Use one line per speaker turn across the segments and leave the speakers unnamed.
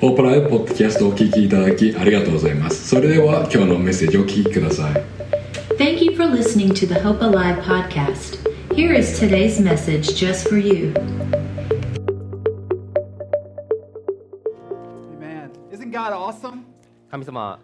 ポープライブポッドキャストをお聞きいただきありがとうございますそれでは今日のメッセージをお聞きください
Thank you for listening to the Hope Alive podcast. Here is today's message just for you.
Amen. Isn't God awesome?
神様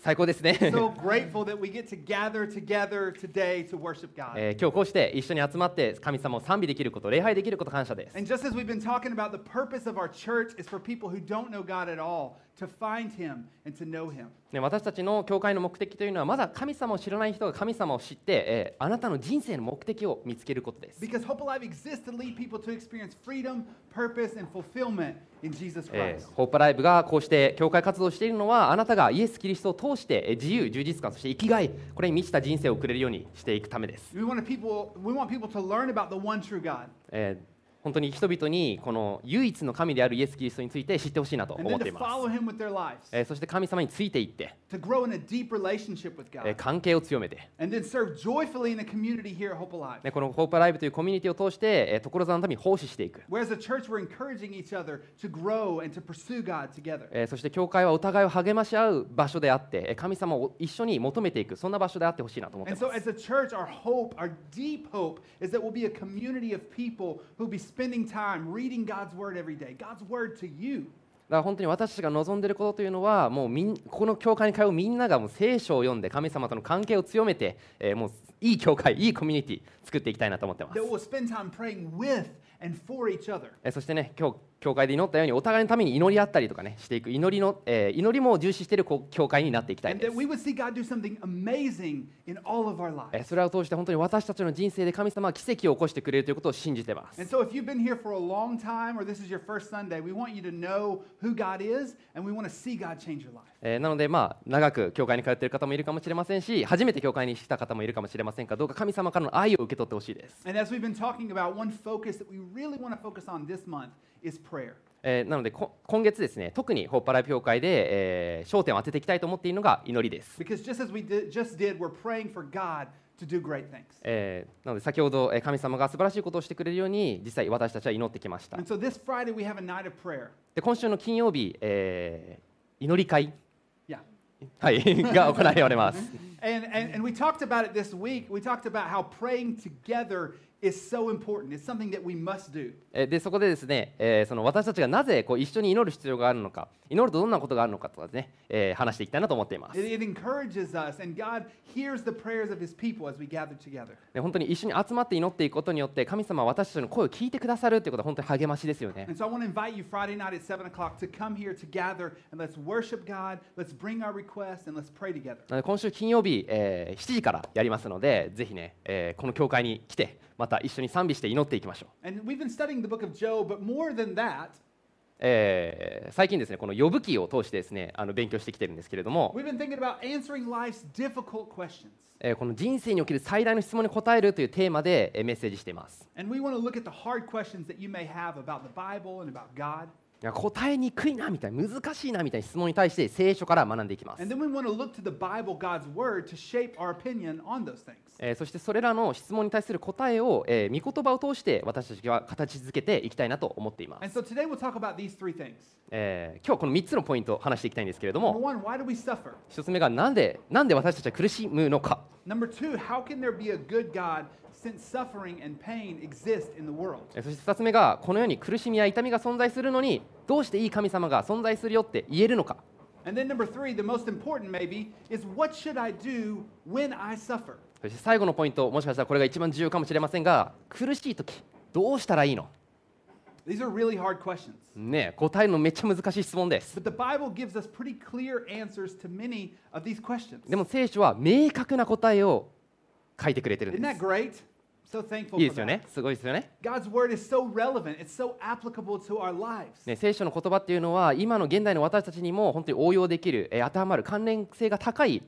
最高ですね、
So grateful that we get to gather together today to worship God.
えー今日こうして一緒に集まって神様を賛美できること礼拝できること感謝です
And just as we've been talking about, the purpose of our church is for people who don't know God at all to find Him and to know Him.
ね私たちの教会の目的というのはまだ神様を知らない人が神様を知って、えーあなたの人生の目的を見つけることです、
Because Hope Alive exists to lead people to experience freedom, purpose, and fulfillment in Jesus
え
Christ.
ーホープライブがこうして教会活動をしているのはあなたがイエス・キリストを通してえー自由充実感そして生きがいこれに満ちた人生を送れるようにしていくためです、
We want, people, we want people to learn about the one true God
えー本当に人々にこの唯一の神であるイエス・キリストについて知ってほしいなと
and
思
then
ってい
to
ます、
follow Him with their lives,
えーそして神様についていって、
to grow in a deep relationship with
えー
God,
関係を強めて
and then serve joyfully in the community here at Hope Alive.
ね、このホープライブというコミュニティを通して、えー所沢のために奉仕していく、
Whereas a church, we're encouraging each other to grow and to pursue God together.
えーそして教会はお互いを励まし合う場所であって、えー神様を一緒に求めていく、そんな場所であってほしいなと思って
And
ま
so,。as
す
a church, our hope, our deep hope, is that we'll be a community of people who'll be spending time reading God's word every day, God's word to you.
だから本当に私たちが望んでいることというのは、もうみんこの教会に通うみんながもう聖書を読んで、神様との関係を強めて、えーもういい教会、いいコミュニティ作っていきたいなと思ってます
That。we'll spend time praying with and for each other.
えーそしてね、今日教会で祈ったように、お互いのために祈り合ったりとかね、していく、祈りの、えー祈りも重視しているこう教会になっていきたい
And
で
that
す。
we would see God do something amazing in all of our
えー
lives.
それを通して本当に私たちの人生で神様は奇跡を起こしてくれるということを信じてます
And。so, if you've been here for a long time or this is your first Sunday, we want you to know who God is and we want to see God change your life.
えーなので、まあ、長く教会に通っている方もいるかもしれませんし、初めて教会に来た方もいるかもしれませんが、どうか神様からの愛を受け取ってほしいです。
And as we've been talking about, one focus that we really want to focus on this month is prayer.
えーなのでこ今月ですね、特にホッパライブ教会で、えー焦点を当てていきたいと思っているのが祈りです。
Because just as we did, just did, we're praying for God to do great things.
えーなので先ほどえー神様が素晴らしいことをしてくれるように実際私たちは祈ってきました
And so this Friday, we have a night of prayer.
で今週の金曜日、えー祈り会、
Yeah.
はい、 が行われます
And, and, and we talked about it this week. We talked about how praying together is so important. It's something that we must do.
えーでそこでですね、えーその私たちがなぜこう一緒に祈る必要があるのか祈るとどんなことがあるのかとかですね、えー話していきたいなと思っています
It, it encourages us, and God hears the prayers of his people as we gather together.
で本当に一緒に集まって祈っていくことによって神様は私たちの声を聞いてくださるということは本当に励ましですよね
And so I want to invite you Friday night at 7 o'clock to come here to gather and let's worship God, let's bring our requests, and let's pray together.
なので今週金曜日、えー7時からやりますのでぜひね、えーこの教会に来てまた一緒に賛美して祈っていきましょう、
And we've been studying the book of Job, but more than that,
えー最近ですねこの呼ぶ記を通してですねあの勉強してきてるんですけれども、
we've been thinking about answering life's difficult questions.
えーこの人生における最大の質問に答えるというテーマで、えーメッセージしています
And we want to look at the hard questions that you may have about the Bible and about God.
いや答えにくいなみたいな難しいなみたいな質問に対して聖書から学んでいきます
And、then we want to look to the Bible, God's Word, to shape our opinion on those things.
えーそしてそれらの質問に対する答えを、えー、御言葉を通して私たちは形づけていきたいなと思っています、
And so today we'll talk about these three things.
えー今日はこの3つのポイントを話していきたいんですけれど
Number
も
one, why do we suffer?
1つ目がなんでなんで私たちは苦しむのか、
Number two, how can there be a good God since suffering and pain exist in the world?
えーそして2つ目がこのように苦しみや痛みが存在するのにどうしていい神様が存在するよって言えるのか
And then number three, the most important maybe, is what should I do when I suffer?
そして最後のポイントもしかしたらこれが一番重要かもしれませんが苦しい時どうしたらいいの
These are really hard questions.
ねえ答えるのめっちゃ難しい質問です
But the Bible gives us pretty clear answers to many of these questions.
でも聖書は明確な答えを書いてくれてる
Isn't
んで
that
す。
great? So thankful
いい
for
ですよ
that.
ね。すごいですよね。
God's word is so relevant. It's so applicable to our lives.
ね、聖書の言葉っていうのは今の現代の私たちにも本当に応用できる、えー当てはまる関連性が高い、えー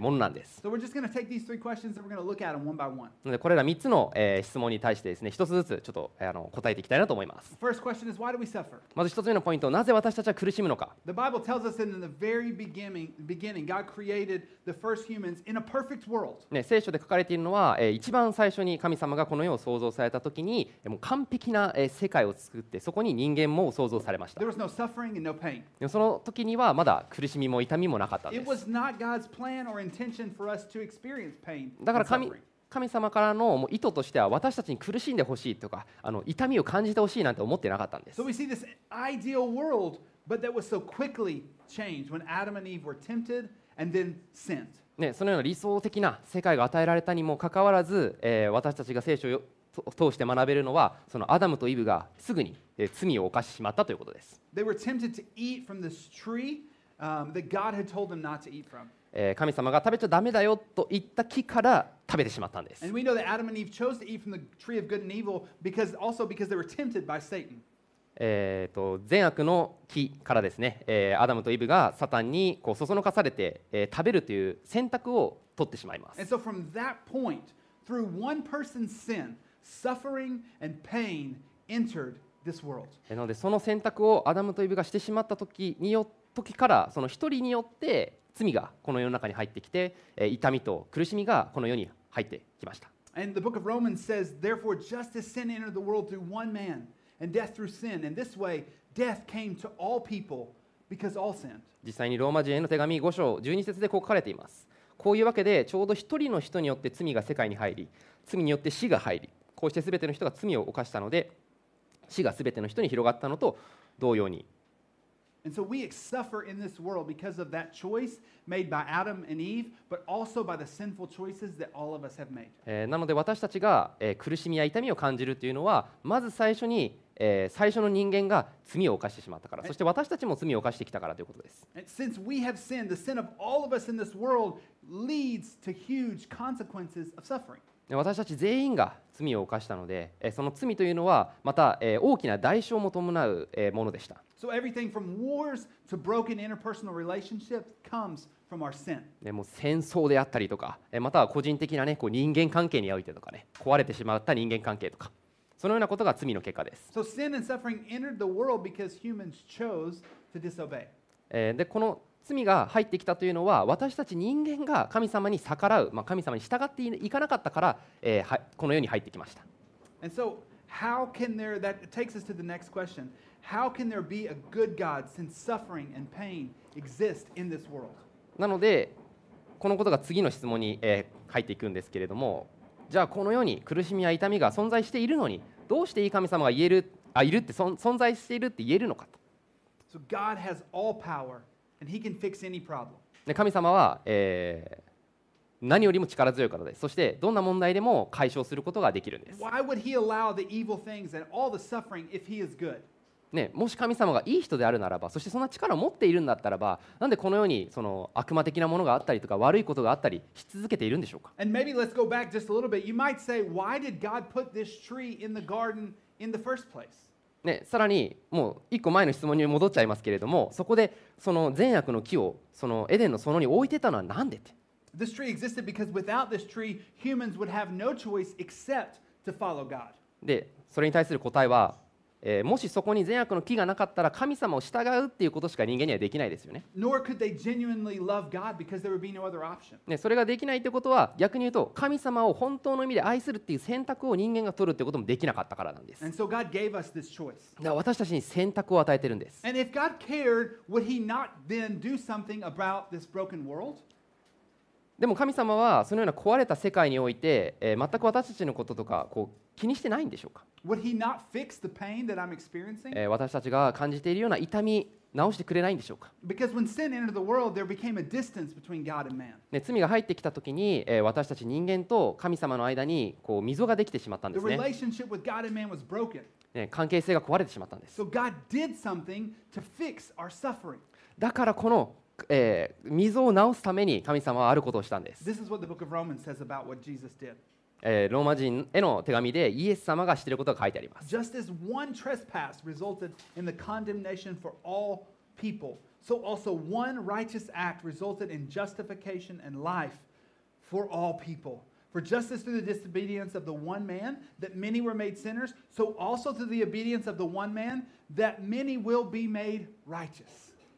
ものなんです。
So we're just going to take these three questions and we're going to look at them one by one.
なのでこれら3つの、えー質問に対してですね一つずつちょっと、えーあの答えていきたいなと思います。
First question is why do we suffer?
まず1つ目のポイントなぜ私たちは苦しむのか
The Bible tells us that in the very beginning, beginning, God created the first humans in a perfect world.
ね、聖書で書かれているのは、えー一番最初に神様がこの世を創造された時に、えーもう完璧な、えー世界を作ってそこに人間も創造されました
There was no suffering and no pain.
でもその時にはまだ苦しみも痛みもなかったんで
It was
す
not God's plan or intention for us to experience pain.
だから
and
神
suffering.
神様からのもう意図としては私たちに苦しんでほしいとかあの痛みを感じてほしいなんて思ってなかったんです
So we see this ideal world, but that was so quickly changed when Adam and Eve were tempted and then sinned.
ね、そのような理想的な世界が与えられたにもかかわらず、えー私たちが聖書をよと通して学べるのはそのアダムとイブがすぐに、えー罪を犯してしまったということです、
They were tempted to eat from this tree um, that God had told them not to eat from.
えー神様が食べちゃダメだよと言った木から食べてしまったんです
And we know that Adam and Eve chose to eat from the tree of good and evil because also because they were tempted by Satan.
えー、と善悪の木からですね、えーアダムとイブがサタンにこうそそのかされて、えー食べるという選択を取ってしまいます
And so from that point, through one person's sin, suffering and pain entered this world.
えーなのでその選択をアダムとイブがしてしまった時によ時からその一人によって罪がこの世の中に入ってきて、えー痛みと苦しみがこの世に入ってきました
And the book of Romans says, therefore, just as sin entered the world through one man, and death through sin, and this way, death came to all people because all sinned.
実際にローマ人への手紙5章12節でこう書かれていますこういうわけでちょうど一人の人によって罪が世界に入り罪によって死が入りこうして全ての人が罪を犯したので死が全ての人に広がったのと同様に
And so we suffer in this world because of that choice made by Adam and Eve, but also by the sinful choices that all of us have made.
えーなので私たちが、えー苦しみや痛みを感じるというのはまず最初に、えー最初の人間が罪を犯してしまったからそして私たちも罪を犯してきたからということです、
And since we have sinned, the sin of all of us in this world leads to huge consequences of suffering.
で私たち全員が罪を犯したので、えーその罪というのはまた、えー大きな代償も伴う、えーものでした
So everything from wars to broken interpersonal relationships comes from our sin.
でもう戦争であったりとかえーまたは個人的な、ね、こう人間関係においてとかね壊れてしまった人間関係とかそのようなことが罪の結果です、
So sin and suffering entered the world because humans chose to disobey.
えーでこの罪が入ってきたというのは私たち人間が神様に逆らう、まあ、神様に従っていいかなかったから、えーはこの世に入ってきました
And so how can there that takes us to the next question. How can there be a good God since suffering and pain exist in this world?
なのでこのことが次の質問に、えー入っていくんですけれどもじゃあこの世に苦しみや痛みが存在しているのにどうしていい神様が言えるあいるってそん存在しているって言えるのかと
So God has all power and he can fix any problem.
で神様は、えー何よりも力強い方ですそしてどんな問題でも解消することができるんです、
Why would he allow the evil things and all the suffering if he is good?
ね、もし神様がいい人であるならばそしてそんな力を持っているんだったらばなんでこのようにその悪魔的なものがあったりとか悪いことがあったりし続けているんでしょうか
And maybe let's go back just a little bit. You might say, why did God put this tree in the garden in the first place?
ね、さらにもう一個前の質問に戻っちゃいますけれどもそこでその善悪の木をそのエデンの園に置いてたのは何でって
This tree existed because without this tree, humans would have no choice except to follow God.
でそれに対する答えは、えーもしそこに善悪の木がなかったら神様を従うっていうことしか人間にはできないですよね
Nor could they genuinely love God because there would be no other option.
ね、それができないってことは逆に言うと神様を本当の意味で愛するっていう選択を人間が取るってこともできなかったからなんですだ
And
か
so God gave us this choice.
ら私たちに選択を与えてるんです、
And if God cared, would he not then do something about this broken world?
でも神様はそのような壊れた世界において、えー全く私たちのこととかこう気にしてないんでしょうか、
Would he not fix the pain that I'm experiencing?
えー私たちが感じているような痛み直してくれないんでしょうか、
Because when sin entered the world, there became a distance between God and man.
ね、罪が入ってきた時に、えー私たち人間と神様の間にこう溝ができてしまったんで
The
すね
relationship with God and man was broken.
ね関係性が壊れてしまったんです
So God did something to fix our suffering.
だからこの、えー溝を直すために神様はあることをしたんです
This is what the book of Romans says about what Jesus did.
えーローマ人への手紙でイエス様がしていることが書いてあります。
Just as one trespass resulted in the condemnation for all people, so also one righteous act resulted in justification and life for all people. For just as through the disobedience of the one man that many were made sinners, so also through the obedience of the one man that many will be made righteous.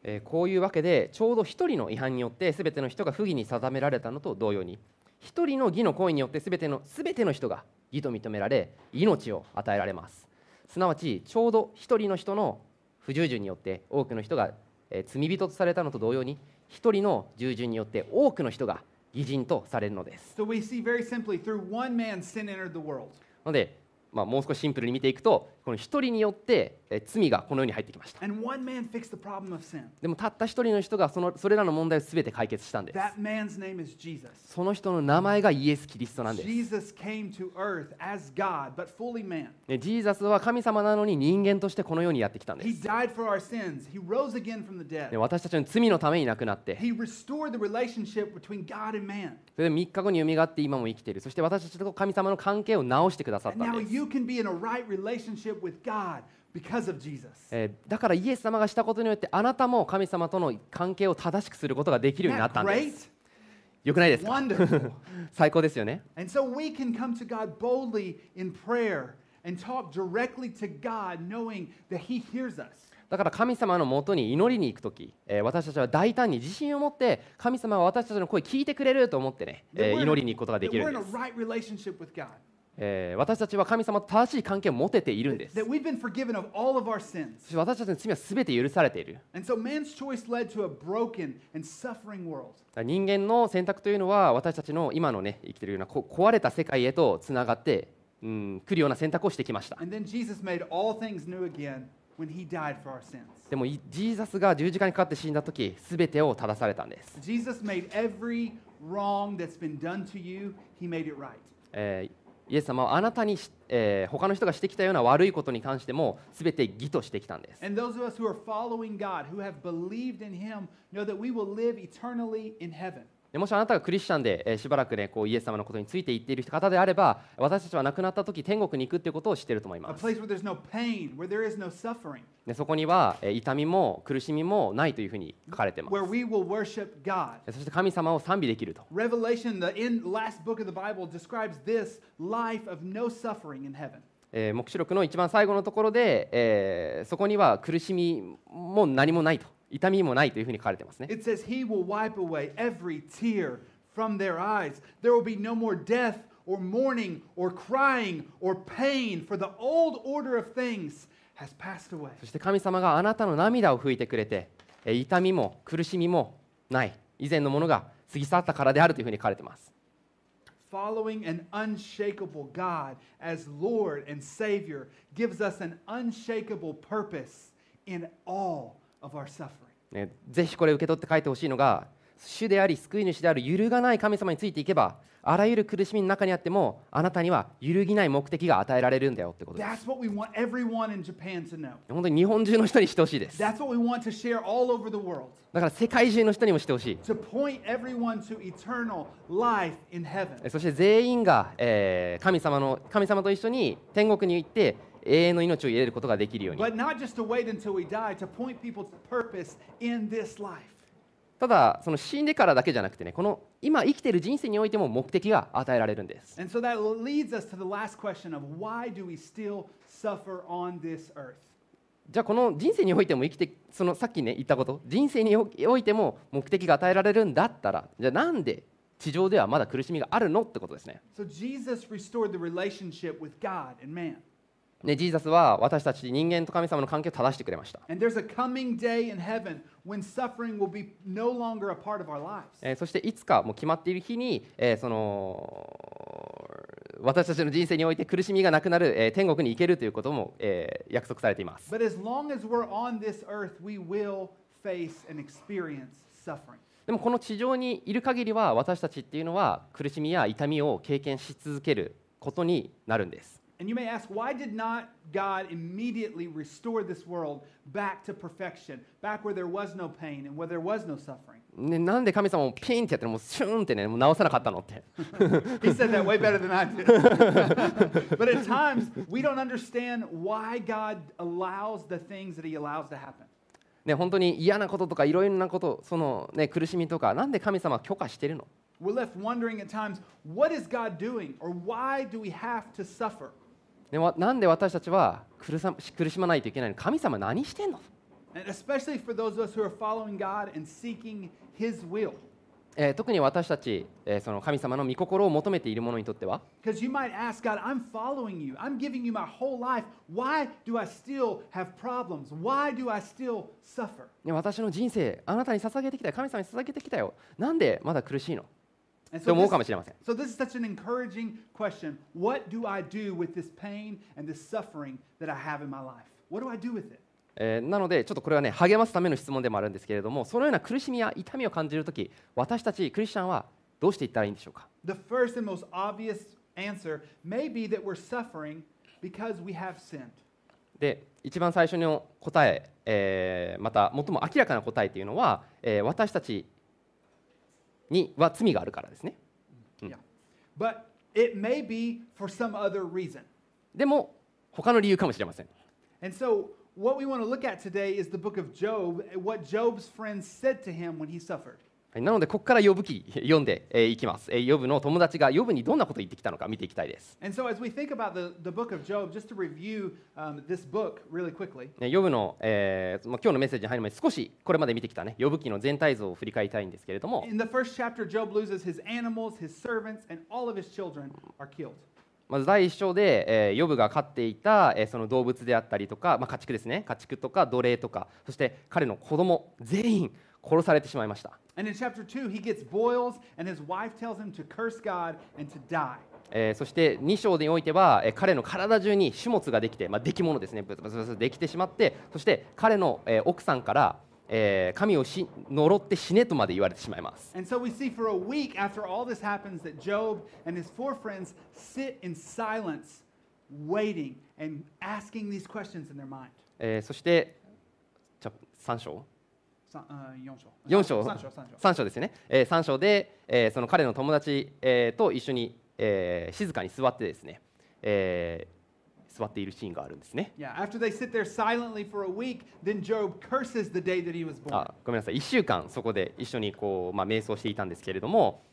えーこういうわけでちょうど一人の違反によって全ての人が不義に定められたのと同様に一人の義の行為によって全ての全ての人が義と認められ命を与えられますすなわちちょうど一人の人の不従順によって多くの人が、えー罪人とされたのと同様に一人の従順によって多くの人が義人とされるのです
So we see very simply through one man sin entered the world.
なので、まあ、もう少しシンプルに見ていくとこの一人によって、えー罪がこの世に入ってきました
And one man fixed the problem of sin.
でもたった一人の人がそのそれらの問題を全て解決したんです
That man's name is Jesus.
その人の名前がイエス・キリストなんです。
Jesus came to earth as God, but fully man.
ねジーザスは神様なのに人間としてこの世にやってきたんで
He
す。
died for our sins. He rose again from the
ね
dead.
私たちの罪のために亡くなって、
He restored the relationship between God and man.
それで3日後に蘇って今も生きている。そして私たちと神様の関係を直してくださっ
And
た
now
んです。
you can be in a right relationship with God because of Jesus.
えーだからイエス様がしたことによってあなたも神様との関係を正しくすることができる
Isn't
ようにな
that
ったんで
great?
す。よくないですか
Wonderful.
最高ですよね。
and so we can come to God boldly in prayer and talk directly to God, knowing that He hears us.
だから神様のもとに祈りに行くとき、えー私たちは大胆に自信を持って神様は私たちの声聞いてくれると思ってね、
That
えー
we're in a-
Eh, 祈りに行くことがで
that
き
we're
るん
in
で
a
す。
right relationship with God.
えー私たちは神様と正しい関係を持てているんです。
That we've been forgiven of all of our sins.
そして私たちの罪は全て許されている。だか
And so man's choice led to a broken and suffering world.
ら人間の選択というのは私たちの今のね生きているようなこ壊れた世界へとつながって、うん、来るような選択をしてきました。
And then Jesus made all things new again when he died for our sins.
でもいジーザスが十字架にかかって死んだ時全てを正されたんです、
Jesus made every wrong that's been done to you, he made it right.
えーイエス様はあなたにし、えー他の人がしてきたような悪いことに関しても全て義としてきたんです、
And those of us who are following God, who have believed in him, know that we will live eternally in heaven.
でもしあなたがクリスチャンで、えーしばらくねこうイエス様のことについて言っている方であれば私たちは亡くなった時天国に行くっていうことを知っていると思い
A
ます
place where there's no pain, where there is no suffering,
でそこには、えー痛みも苦しみもないというふうに書かれてます
where we will worship God.
そして神様を賛美できると
Revelation, the end, last book of the Bible, describes this life of no suffering in heaven.
えー黙示録の一番最後のところで、えーそこには苦しみも何もないと痛みもないというふうに書かれてますね
It says, He will wipe away every tear from their eyes. There will be no more death or mourning or crying or pain, for the old order of things has passed away.
そして神様があなたの涙を拭いてくれて、えー痛みも苦しみもない以前のものが過ぎ去ったからであるというふうに書かれてます、
Following an unshakable God as Lord and Savior gives us an unshakable purpose in all of our suffering.
ねぜひこれ受け取って書いてほしいのが主であり救い主である揺るがない神様についていけばあらゆる苦しみの中にあってもあなたには揺るぎない目的が与えられるんだよってことです
That's what we want everyone in Japan to know.
本当に日本中の人にしてほしいです。だ
That's what we want to share all over the world
から世界中の人にもしてほしい。
to point everyone to eternal life in heaven.
えそして全員が、えー神様の神様と一緒に天国に行って永遠の命を入れることができるように。
But not just to wait until we die, to point people to purpose in this life.
ただその死んでからだけじゃなくてね、この今生きている人生においても目的が与えられるんです。
And so that leads us to the last question of why do we still suffer on this earth?
じゃあこの人生においても生きてそのさっきね言ったこと、人生におおいても目的が与えられるんだったら、じゃあなんで地上ではまだ苦しみがあるのってことですね。
So Jesus restored the relationship with God and man.
ねジーザスは私たち人間と神様の関係を正してくれました。
And there's a coming day in heaven when suffering will be no longer a part of our lives.
えーそしていつかもう決まっている日に、えーその私たちの人生において苦しみがなくなる、えー天国に行けるということも、えー約束されています。
But as long as we're on this earth, we will face and experience suffering.
でもこの地上にいる限りは私たちっていうのは苦しみや痛みを経験し続けることになるんです。
And you may ask, why did not God immediately restore this world back to perfection, back where there was no pain and where there was no suffering?
ね、なんで神様をピンってやってもうシューンってねもう直さなかったのって。
He said that way better than I did. but at times, we don't understand why God allows the things that He allows to happen.
ね、本当に嫌なこととかいろいろなことその、ね、苦しみとかなんで神様は許可してるの
We're left wondering at times, what is God doing or why do we have to suffer?
でわなんで私たちは苦さ苦しまないといけないの神様何してんの、
And especially for those of us who are following God and seeking His will.
えー特に私たち、えーその神様の御心を求めている者にとっては
Because you might ask God, I'm following you. I'm giving you my whole life. Why do I still have problems? Why do I still suffer?
ね私の人生あなたに捧げてきたよ神様に捧げてきたよなんでまだ苦しいの
And
と思うかもしれません
this, so this is such an encouraging question. What do I do with this pain and this suffering that I have in my life? What do I do with it?
えーなのでちょっとこれはね励ますための質問でもあるんですけれどもそのような苦しみや痛みを感じるとき私たちクリスチャンはどうしていったらいいんでしょうか
The first and most obvious answer may be that we're suffering because we have sinned.
で一番最初の答ええーまた最も明らかな答えというのは、えー私たちには罪があるからですね
Yeah. But it may be for some other reason.
でも他の理由かもしれません
And so, what we want to look at today is the book of Job, what Job's friends said to him when he suffered.
はいなのでここから呼ぶ記読んでえーいきます、えー、呼ぶの友達が呼ぶにどんなことを言ってきたのか見ていきたいです
And so, as we think about the, the book of Job, just to review um, this book really quickly,
ね呼ぶの、えーまあ、今日のメッセージに入る前に少しこれまで見てきたね呼ぶ記の全体像を振り返りたいんですけれども、
in the first chapter, Job loses his animals, his servants, and all of his children are killed.
まず第一章で、えー、ヨブが飼っていた、えーその動物であったりとか、まあ、家畜ですね家畜とか奴隷とかそして彼の子供全員殺されてしまいました、
And in chapter 2, he gets boils, and his wife tells him to curse God and to die.
えーそして2章においては、えー彼の体中に種物ができて、まあ、出来物ですねブツブツブツできてしまってそして彼の、えー奥さんから、えー神をし呪って死ねとまで言われてしまいます
And so we see for a week after all this happens that Job and his four friends sit in silence, waiting and asking these questions in their mind.
えーそしてちょ3章
さあー四章
4章
三章三章
三章ですね、え3章で、えーその彼の友達、えーと一緒に、えー静かに座ってですね、えー座っているシーンがあるんですね
Yeah, after they sit there silently for a week, then Job curses the day that he was born.
あごめんなさい1週間そこで一緒にこう、まあ、瞑想していたんですけれども、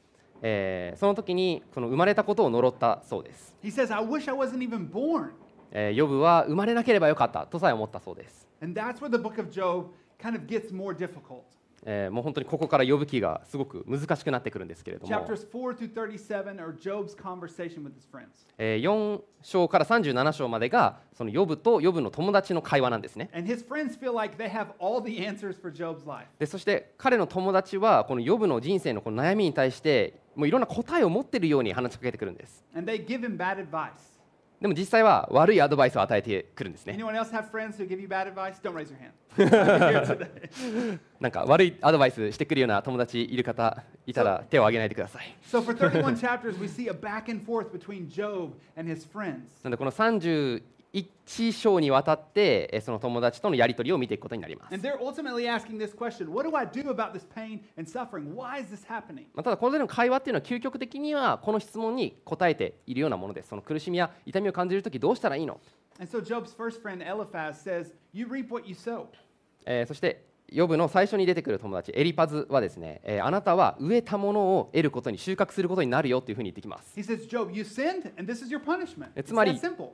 えーその時にこの生まれたことを呪ったそうです、
He says, I wish I wasn't even born.
えーヨブは生まれなければよかったとさえ思ったそうです、
And that's where the book of Job kind of gets more difficult.
えーもう本当にここから呼ぶ気がすごく難しくなってくるんですけれども、
Chapters 4 through 37 are Job's conversation with his friends.
えー4章から37章までがそのヨブとヨブの友達の会話なんですね
And his friends feel like they have all the answers for Job's life.
でそして彼の友達はこのヨブの人生のこの悩みに対してもういろんな答えを持ってるように話しかけてくるんです
And they give him bad advice.
でも実際は悪いアドバイスを与えてくるんですね
Anyone else have friends who give you bad advice? Don't raise your hand. I'm here today.
なんか悪いアドバイスしてくるような友達いる方いたら手を挙げないでください
so for 31 chapters, we see a back and forth between Job and his friends.
なのでこの31章にわたってえその友達とのやり取りを見ていくことになります
And they're ultimately asking this question What do I do about this pain and suffering? Why is this happening?
まあただこれでの会話っていうのは究極的にはこの質問に答えているようなものですその苦しみや痛みを感じるときどうしたらいいの
And so Job's first friend, Eliphaz, says, You reap what you sow.
えーそしてヨブの最初に出てくる友達エリパズはですね、えーあなたは植えたものを得ることに収穫することになるよというふうに言ってきます
He says, Job, you sinned, and this is your punishment. It's
It's
that
mighty-
simple.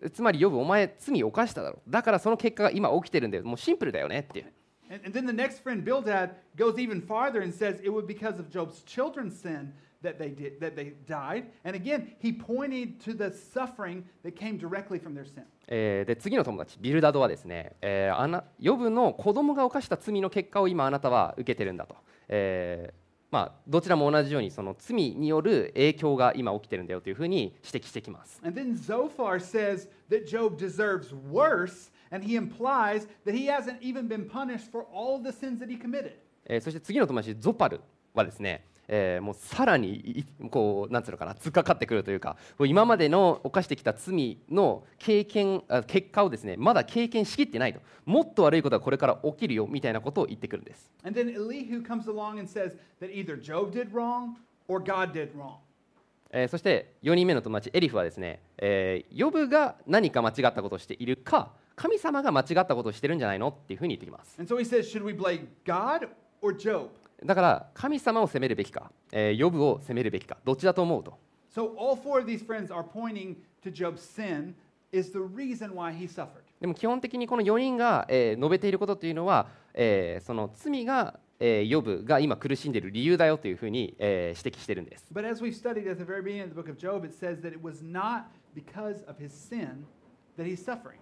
えつまりヨブお前罪を犯しただろだからその結果が今起きてるんだよもうシンプルだよねっていう
And, and then the next friend, Bildad, goes even farther and says it was because of Job's children's sin that they did that they died. And again, he pointed to the suffering that came directly from their sin.
えーで次の友達ビルダドはですね、えーあなヨブの子供が犯した罪の結果を今あなたは受けてるんだと、えーまあ、どちらも同じようにその罪による影響が今起きてるんだよというふうに指摘してきます
And then Zophar says that Job deserves worse, and he implies that he hasn't even been punished for all the sins that he committed.
えーそして次の友達ゾパルはですね、えーもうさらにいいこうなんつうのかな突っかかってくるというかもう今までの犯してきた罪の経験あ結果をですねまだ経験しきってないともっと悪いことがこれから起きるよみたいなことを言ってくるんです、
And then Elihu comes along and says that either Job did wrong or God did wrong.
えーそして4人目の友達エリフはですね、えーヨブが何か間違ったことをしているか神様が間違ったことをしてるんじゃないのっていうふうに言ってきます。
And so he says, should we blame God or Job?
だから神様を責めるべきか、えー、ヨブを責めるべきか、どっちだと思うと。
So all four of these friends are pointing to Job's sin is the reason why he suffered.
でも基本的にこの4人が、えー述べていることというのは、えーその罪が、えー、ヨブが今苦しんでいる理由だよというふうに、えー指摘してるんです。
But as we've studied at the very beginning of the book of Job, it says that it was not because of his sin that he's suffering.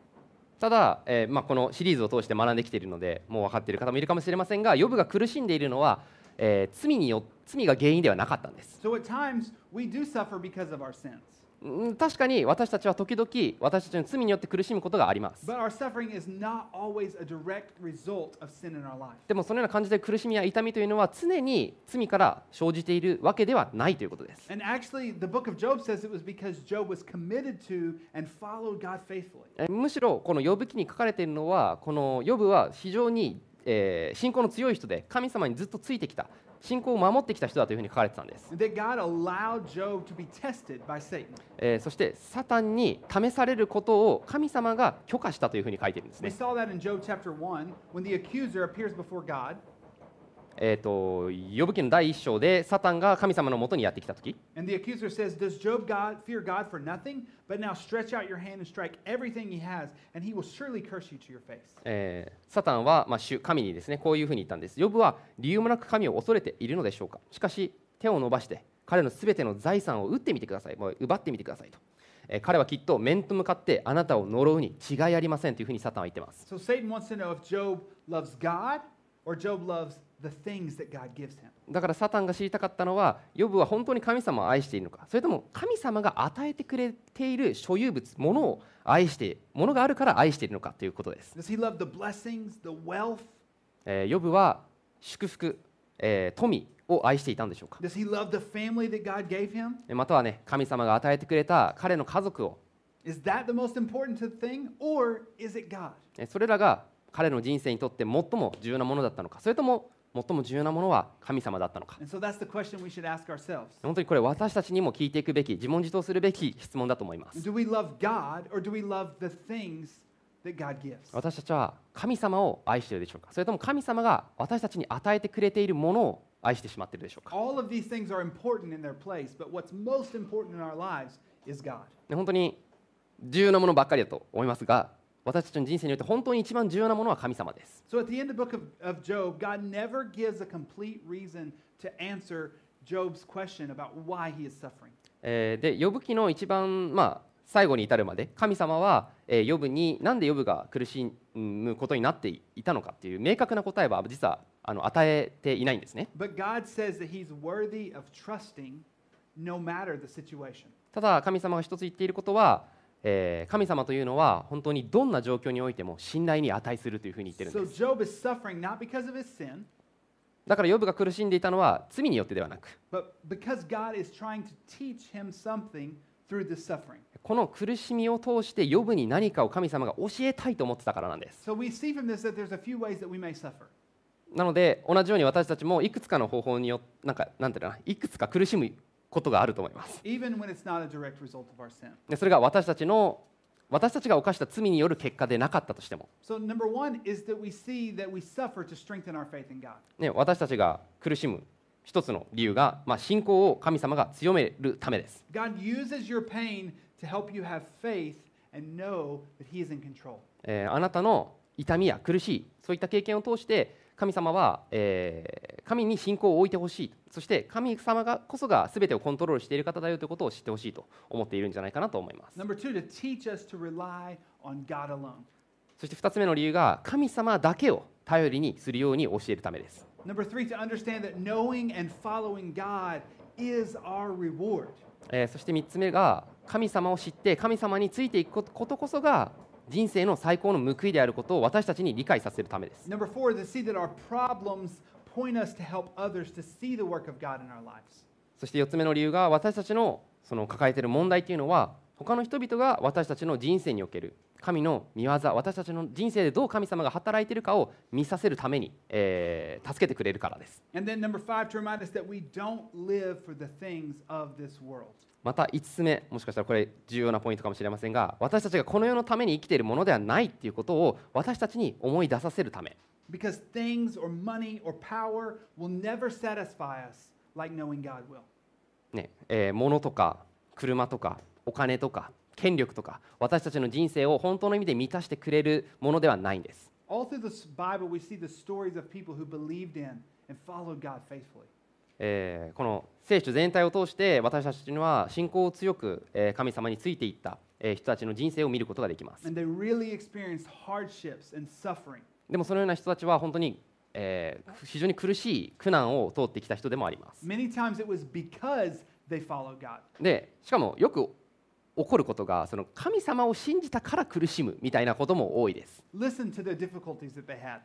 ただ、えーまあ、このシリーズを通して学んできているのでもう分かっている方もいるかもしれませんがヨブが苦しんでいるのは、えー罪によ罪が原因ではなかったんです。
So at times we do suffer because of our sins.
うん確かに私たちは時々私たちの罪によって苦しむことがあります。
But our suffering is not always a direct result of sin in our life.
でもそのような感じで苦しみや痛みというのは常に罪から生じているわけではないということです。
And actually, the book of Job says it was because Job was committed to and followed God faithfully.
えむしろこの呼ぶ記に書かれているのはこの呼ぶは非常に、えー信仰の強い人で神様にずっとついてきた信仰を守ってきた人だというふうに書かれてたんです、
And that God allowed Job to be tested by Satan.
えーそしてサタンに試されることを神様が許可したというふうに書いてるんです
We
ね、
saw that in Job chapter 1 when the accuser appears before God
えー、と呼ぶ記の第一章でサタンが神様のもとにやってきた時
and the accuser says, "Does Job God fear God for nothing? But now stretch out your hand and strike everything he has, and he will surely curse you to your face."
えーサタンは、まあ、主神にですねこういうふうに言ったんです。ヨブは理由もなく神を恐れているのでしょうかしかし手を伸ばして彼のすべての財産を打ってみてくださいもう奪ってみてくださいと、えー彼はきっと面と向かってあなたを呪うに違いありませんというふうにサタンは言ってます、
So Satan wants to know if Job loves God or Job loves the things that God gives him.
だからサタンが知りたかったのはヨブは本当に神様を愛しているのかそれとも神様が与えてくれている所有物物を愛して物があるから愛しているのかということです、
Does he love the blessings, the wealth?
えーヨブは祝福、えー富を愛していたんでしょうか
Does he love the family that God gave him?
えまたはね神様が与えてくれた彼の家族を
Is that the most important to- thing, or is it God?
えそれらが彼の人生にとって最も重要なものだったのかそれとも最も重要なものは神様だったのか
And so that's the question we should ask ourselves.
本当にこれ私たちにも聞いていくべき自問自答するべき質問だと思います
Do we love God or do we love the things that God gives?
私たちは神様を愛しているでしょうかそれとも神様が私たちに与えてくれているものを愛してしまっているでしょうか
All of these things are important in their place, but what's most important in our lives is God.
ね本当に重要なものばっかりだと思いますが私たちの人生において本当に一番重要なものは神様です
So at the end of the book of, of Job, God never gives a complete reason to answer Job's question about why he is suffering.
えーで、ヨブ記の一番、まあ、最後に至るまで神様は、えーヨブになんでヨブが苦しむことになっていたのかっていう明確な答えは実はあの与えていないんですね
But God says that he's worthy of trusting no matter the situation.
ただ神様が一つ言っていることは、えー神様というのは本当にどんな状況においても信頼に値するというふうに言ってるん
So
です
Job is suffering not because of his sin,
だからヨブが苦しんでいたのは罪によってではなく
but because God is trying to teach him something through this suffering.
この苦しみを通してヨブに何かを神様が教えたいと思ってたからなんです
So we see from this that there's a few ways that we may suffer.
なので同じように私たちもいくつかの方法によなんかなんていうのかないくつか苦しむことがあると思います。
even when it's not a direct result of our sin.
でそれが私たちの私たちが犯した罪による結果でなかったとしても、
So, number one is that we see that we suffer to strengthen our faith in God.
ね、私たちが苦しむ一つの理由が、まあ、信仰を神様が強めるためです。
God uses your pain to help you have faith and know that He is in control.
えーあなたの痛みや苦しいそういった経験を通して神様は、えー神に信仰を置いてほしいそして神様がこそが全てをコントロールしている方だよということを知ってほしいと思っているんじゃないかなと思います。
Number two, to teach us to rely on God alone.
そして2つ目の理由が神様だけを頼りにするように教えるためです。
Number three, to understand that knowing and following God is our reward.
えーそして3つ目が神様を知って神様についていくことことこそが人生の最高の報いであることを私たちに理解させるためです。
Number four, to see that our problems point us to help others to see the work of God in our lives.
そして4つ目の理由が私たちのその抱えている問題というのは他の人々が私たちの人生における神の御業私たちの人生でどう神様が働いているかを見させるために、えー助けてくれるからです。
And then number five, to remind us that we don't live for the things of this world.
また5つ目もしかしたらこれ重要なポイントかもしれませんが私たちがこの世のために生きているものではないっていうことを私たちに思い出させるため
Because things or money or power will never satisfy us like knowing God will.
ねえー物とか車とかお金とか権力とか私たちの人生を本当の意味で満たしてくれるものではないんです
All through the Bible, we see the stories of people who believed in and followed God faithfully.
えーこの聖書全体を通して私たちには信仰を強くえー神様についていったえー人たちの人生を見ることができます
And they really experienced hardships and suffering.
でもそのような人たちは本当に、えー非常に苦しい苦難を通ってきた人でもあります。
Many times it was because they followed God.
でしかもよく起こることがその神様を信じたから苦しむみたいなことも多いです。
Listen to the difficulties that they had.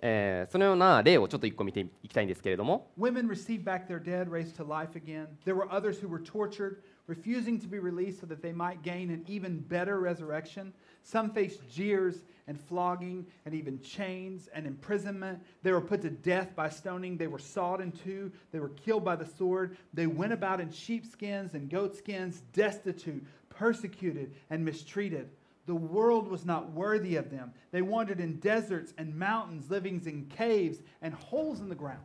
えーそのような例をちょっと一個見ていきたいんですけれども、
Women received back their dead, raised to life again. There were others who were tortured, refusing to be released so that they might gain an even better resurrection. Some faced jeers and flogging and even chains and imprisonment. They were put to death by stoning. They were sawed in two. They were killed by the sword. They went about in sheepskins and goatskins, destitute, persecuted, and mistreated. The world was not worthy of them. They wandered in deserts and mountains, living in caves and holes in the ground.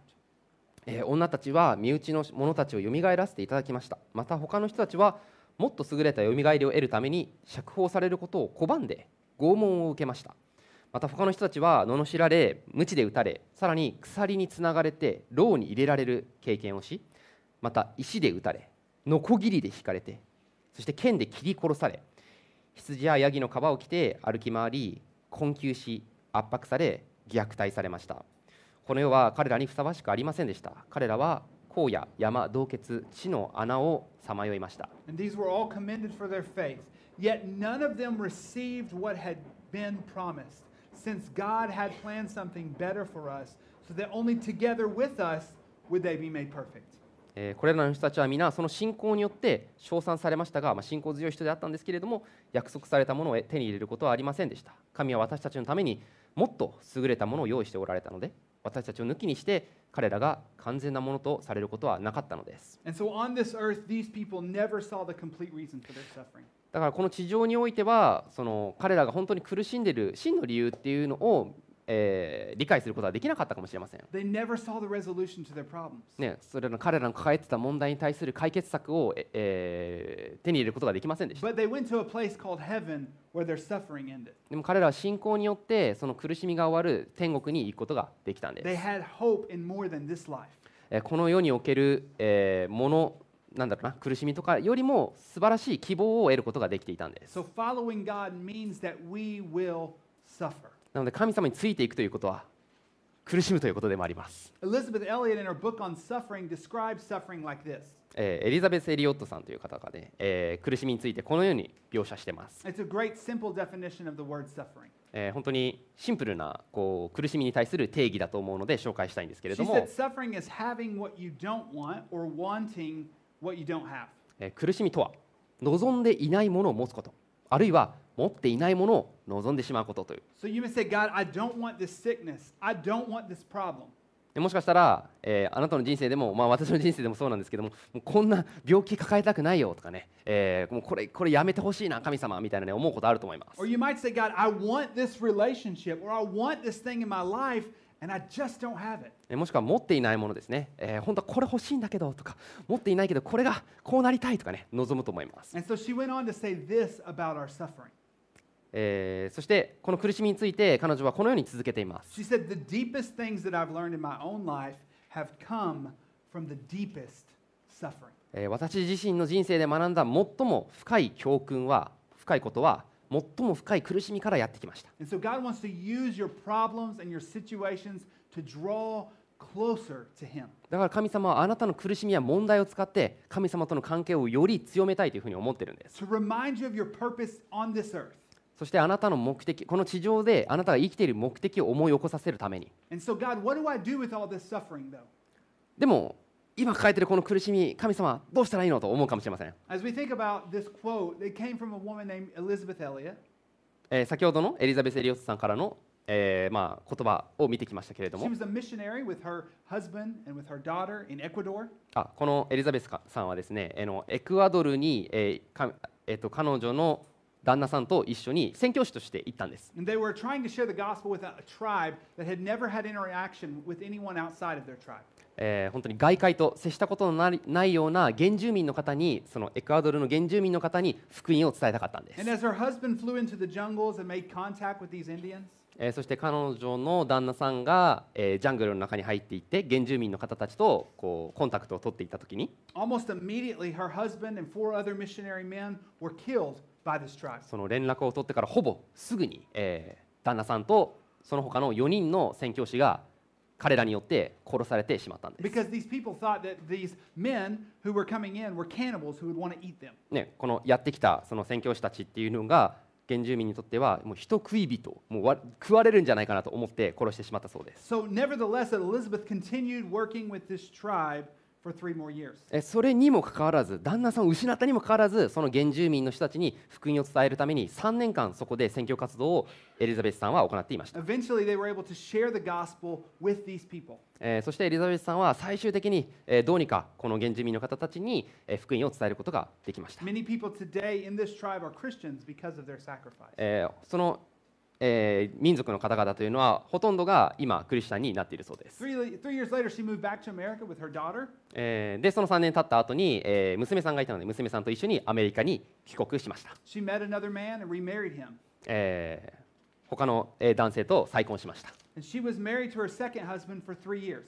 えー女たちは身内の者たちを蘇らせていただきました。また他の人たちはもっと優れた蘇りを得るために釈放されることを拒んで拷問を受けました。また他の人たちは罵られ、鞭で打たれ、さらに鎖につながれて牢に入れられる経験をし、また石で打たれ、ノコギリで引かれて、そして剣で切り殺され、羊やヤギの皮を着て歩き回り困窮し圧迫され虐待されましたこの世は彼らにふさわしくありませんでした彼らは荒野山洞穴地の穴をさまよいました
And these were all commended for their faith. Yet none of them received what had been promised, since God had planned something better for us, so that only together with us would they be made perfect.
えーこれらの人たちは皆その信仰によって称賛されましたが、まあ、信仰強い人であったんですけれども約束されたものを手に入れることはありませんでした神は私たちのためにもっと優れたものを用意しておられたので私たちを抜きにして彼らが完全なものとされることはなかったのです
And so on this earth, these people never saw the complete reason for their suffering.
だからこの地上においてはその彼らが本当に苦しんでいる真の理由っていうのを、えー理解することはできなかったかもしれません。
They never saw the resolution to their problems.
ね、それらの彼らの抱えてた問題に対する解決策を、ええー手に入れることができませんでした。
But they went to a place called heaven where their suffering ended.
でも彼らは信仰によってその苦しみが終わる天国に行くことができたん
They
です。
had hope in more than this life.
えーこの世における、えーものなんだろうな苦しみとかよりも素晴らしい希望を得ることができていたんです。
So following God means that we will suffer.
なので神様についていくということは苦しむということでもあります。
Elizabeth Elliot in her book on suffering describes suffering like this.
えーエリザベス・エリオットさんという方がね、えー苦しみについてこのように描写してます、
It's a great simple definition of the word suffering.
えー本当にシンプルなこう苦しみに対する定義だと思うので紹介したいんですけれ
She
ども
said、suffering is having what you don't want or wanting what you don't have.
えー苦しみとは望んでいないものを持つことあるいは持っていないものを望んでしまうことという
So you may say, God, I don't want this sickness. I don't want this problem.
でもしかしたら、えーあなたの人生でも、まあ、私の人生でもそうなんですけどももうこんな病気抱えたくないよとかね、えーもうこれこれやめてほしいな神様みたいなね思うことあると思います
Or you might say, God, I want this relationship or I want this thing in my life and I just don't have it.
えもしくは持っていないものですね、えー本当はこれ欲しいんだけどとか持っていないけどこれがこうなりたいとかね望むと思います、
And so she went on to say this about our suffering.
えーそしてこの苦しみについて彼女はこのように続けています
She said, The deepest things that I've learned in my own life have come from the deepest suffering.
えー私自身の人生で学んだ最も深い教訓は深いことは最も深い苦しみからやってきました
And so God wants to use your problems and your situations to draw closer to Him.
だから神様はあなたの苦しみや問題を使って神様との関係をより強めたいというふうに思ってるんです
To remind you of your purpose on this earth.
そしてあなたの目的この地上であなたが生きている目的を思い起こさせるために
And so, God, what do I do with all this suffering, though?
でも今抱えてるこの苦しみ神様どうしたらいいのと思うかもしれません、
As we think about this quote, it came from a woman named Elizabeth Elliot.
えー先ほどのエリザベス・エリオスさんからの、えーまあ、言葉を見てきましたけれど
She
も
was a missionary with her husband and with her daughter in Ecuador.
あこのエリザベスかさんはですねあのエクアドルに、えーかえーと彼女の旦那さんと一緒に宣教師として行ったんです
And they were trying to share the gospel with a, a tribe that had never had interaction with anyone outside of their tribe.
えー本当に外界と接したことのないないような原住民の方にそのエクアドルの原住民の方に福音を伝えたかったんです
And、as her husband flew into the jungles and made contact with these Indians,
えーそして彼女の旦那さんが、えージャングルの中に入っていって原住民の方たちとこうコンタクトを取っていた時に
almost immediately her husband and four other missionary men were killed by this tribe.
その連絡を取ってからほぼすぐに、えー旦那さんとその他の4人の宣教師が彼らによって殺されてしまったんです、
Because these people thought that these men who were coming in were cannibals who would want to eat them.
ね、このやってきたその宣教師たちっていうのが原住民にとってはもう人食い人もうわ食われるんじゃないかなと思って殺してしまったそうです。
So, nevertheless, Elizabeth continued working with this tribe for three more years.
えそれにもかかわらず旦那さんを失ったにもかかわらずその原住民の人たちに福音を伝えるために3年間そこで宣教活動をエリザベスさんは行っていました、
Eventually, they were able to share the gospel with these people.
えーそしてエリザベスさんは最終的に、えーどうにかこの原住民の方たちに、えー福音を伝えることができました、
Many people today in this tribe are Christians because of their sacrifice.
えーその、えー民族の方々というのはほとんどが今クリスチャンになっているそうです、
Three, three years later, she moved back to America with her daughter.
えーでその3年経った後に、えー娘さんがいたので娘さんと一緒にアメリカに帰国しました、
She met another man and remarried him.
えー他の、えー男性と再婚しました
And she was married to her second husband for three years.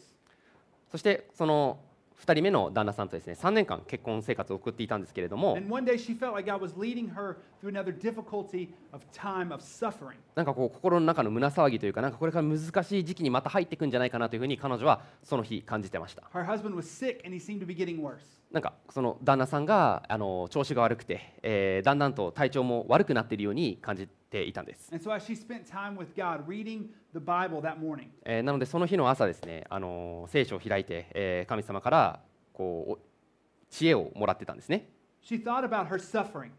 そしてその2人目の旦那さんとですね3年間結婚生活を送っていたんですけれども
And one day, she felt like God was leading her through another difficulty of time of suffering.
なんかこう心の中の胸騒ぎというかなんかこれから難しい時期にまた入っていくんじゃないかなというふうに彼女はその日感じてました
Her husband was sick and he seemed to be getting worse.
なんかその旦那さんがあの調子が悪くて、えーだんだんと体調も悪くなっているように感じていたんです、
And so, as she spent time with God reading the Bible that morning,
えーなのでその日の朝ですねあの聖書を開いて、えー神様からこうお知恵をもらってたんですね
she thought about her suffering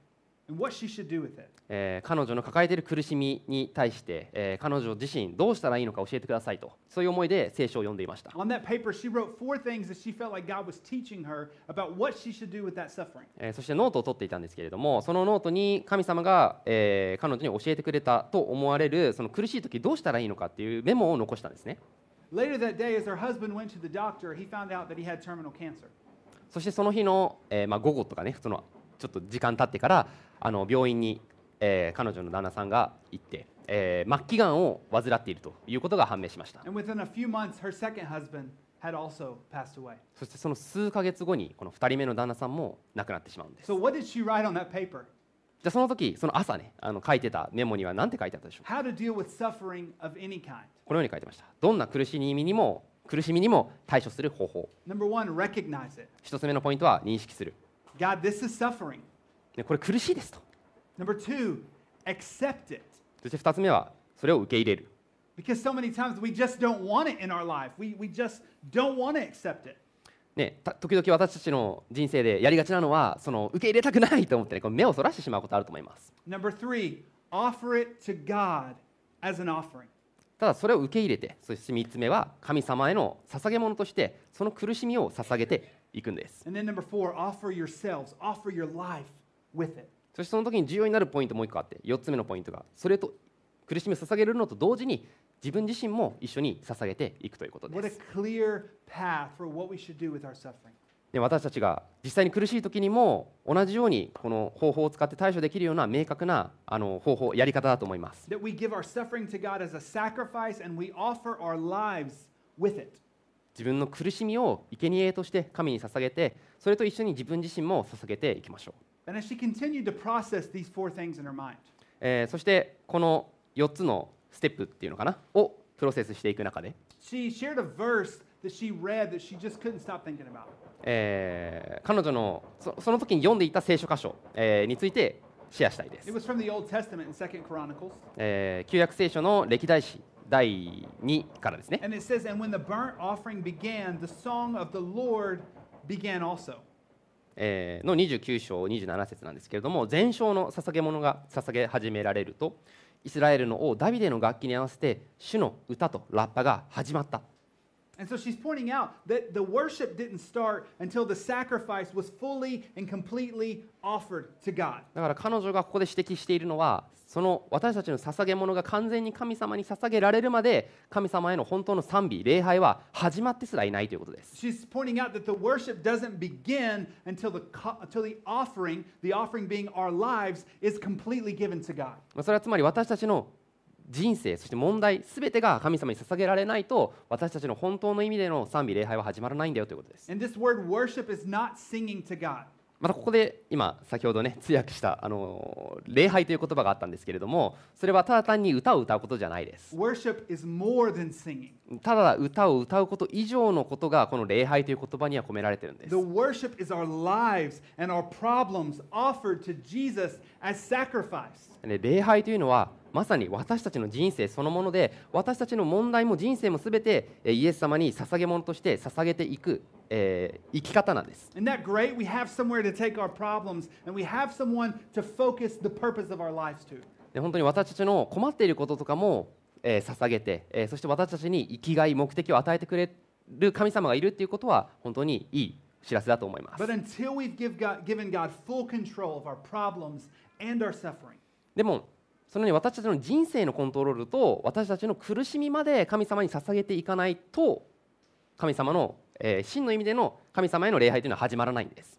and what she should do with it.
えー彼女の抱えている苦しみに対して、えー彼女自身どうしたらいいのか教えてくださいとそういう思いで聖書を読んでいました、
On that paper, she wrote four things that she felt like God was teaching her about what she should do with that suffering.
えーそしてノートを取っていたんですけれどもそのノートに神様が、えー彼女に教えてくれたと思われるその苦しい時どうしたらいいのかっていうメモを残したんですね
Later that day, as her husband went to the doctor, he found out that he had terminal cancer.
そしてその日の、えーまあ、午後とかねそのちょっと時間経ってからあの病院に、えー彼女の旦那さんが行って、えー末期がんを患っているということが判明しました
And within a few months, her second husband had also passed away.
そしてその数ヶ月後にこの2人目の旦那さんも亡くなってしまうんです
So, what did she write on that paper?
じゃあその時その朝ねあの書いてたメモには何て書いてあったでしょうか
How to deal with suffering of any kind.
このように書いてましたどんな苦しみにも苦しみにも対処する方法
Number one, recognize it.
一つ目のポイントは認識する
God, this is suffering.
ねこれ苦しいですと
Number two, accept it.
そして二つ目はそれを受け入れる
Because so many times we just don't want it in our life. We, we just don't want to accept it.
ね、た時々私たちの人生でやりがちなのはその受け入れたくないと思って、ね、こう目をそらしてしまうことあると思います
Number three, offer it to God as an offering.
ただそれを受け入れてそして3つ目は神様への捧げ物としてその苦しみを捧げていくんです
And then number four, offer yourselves, offer your life with it.
そしてその時に重要になるポイントもう一個あって4つ目のポイントがそれと苦しみを捧げるのと同時に自分自身も一緒に捧げていくということ
What
で
a
す
clear path for what we should do with our suffering.
で私たちが実際に苦しい時にも同じようにこの方法を使って対処できるような明確なあの方法やり方だと思います
That we give our suffering to God as a sacrifice and we offer our lives with it.
自分の苦しみを生贄として神に捧げてそれと一緒に自分自身も捧げていきましょう
And as she continued to process these four things in her mind,
えーそしてこの4つのステップっていうのかなをプロセスしていく中で、
she shared a verse that she read that she just couldn't stop thinking about.
えー彼女のそその時に読んでいた聖書箇所、えーについてシェアしたいです
It、was from the Old Testament in Second Chronicles.
えー旧約聖書の歴代史第2からですね、
And it says, And when the burnt offering began, the song of the Lord began also.
えーの29章27節なんですけれども全焼の捧げ物が捧げ始められるとイスラエルの王ダビデの楽器に合わせて主の歌とラッパが始まった
And so she's pointing out that the worship didn't start until the sacrifice was fully and completely offered to God.
だから彼女がここで指摘しているのはその私たちの捧げ物が完全に神様に捧げられるまで神様への本当の賛美礼拝は始まってすらいないということです
She's pointing out that the worship doesn't begin until the, co- until the offering, the offering being our lives, is completely given to God.
まあそれはつまり私たちの人生そして問題全てが神様に捧げられないと私たちの本当の意味での賛美礼拝は始まらないんだよということです
And this word worship is not singing to God.
またここで今先ほどね通訳したあのー礼拝という言葉があったんですけれどもそれはただ単に歌を歌うことじゃないです
Worship is more than singing.
ただ歌を歌うこと以上のことがこの礼拝という言葉には込められてるんです
The worship is our lives and our problems offered to Jesus as sacrifice.
で礼拝というのはまさに私たちの人生そのもので私たちの問題も人生も全てえイエス様に捧げ物として捧げていく、えー生き方なんです
Isn't that great? We have somewhere to take our problems and we have someone to focus the purpose of our lives to.
で本当に私たちの困っていることとかも、えー捧げて、えーそして私たちに生きがい目的を与えてくれる神様がいるっていうことは本当にいい知らせだと思います
But until we've give God, given God full control of our problems and our suffering,
でもそのように私たちの人生のコントロールと私たちの苦しみまで神様に捧げていかないと神様の、えー真の意味での神様への礼拝というのは始まらないんです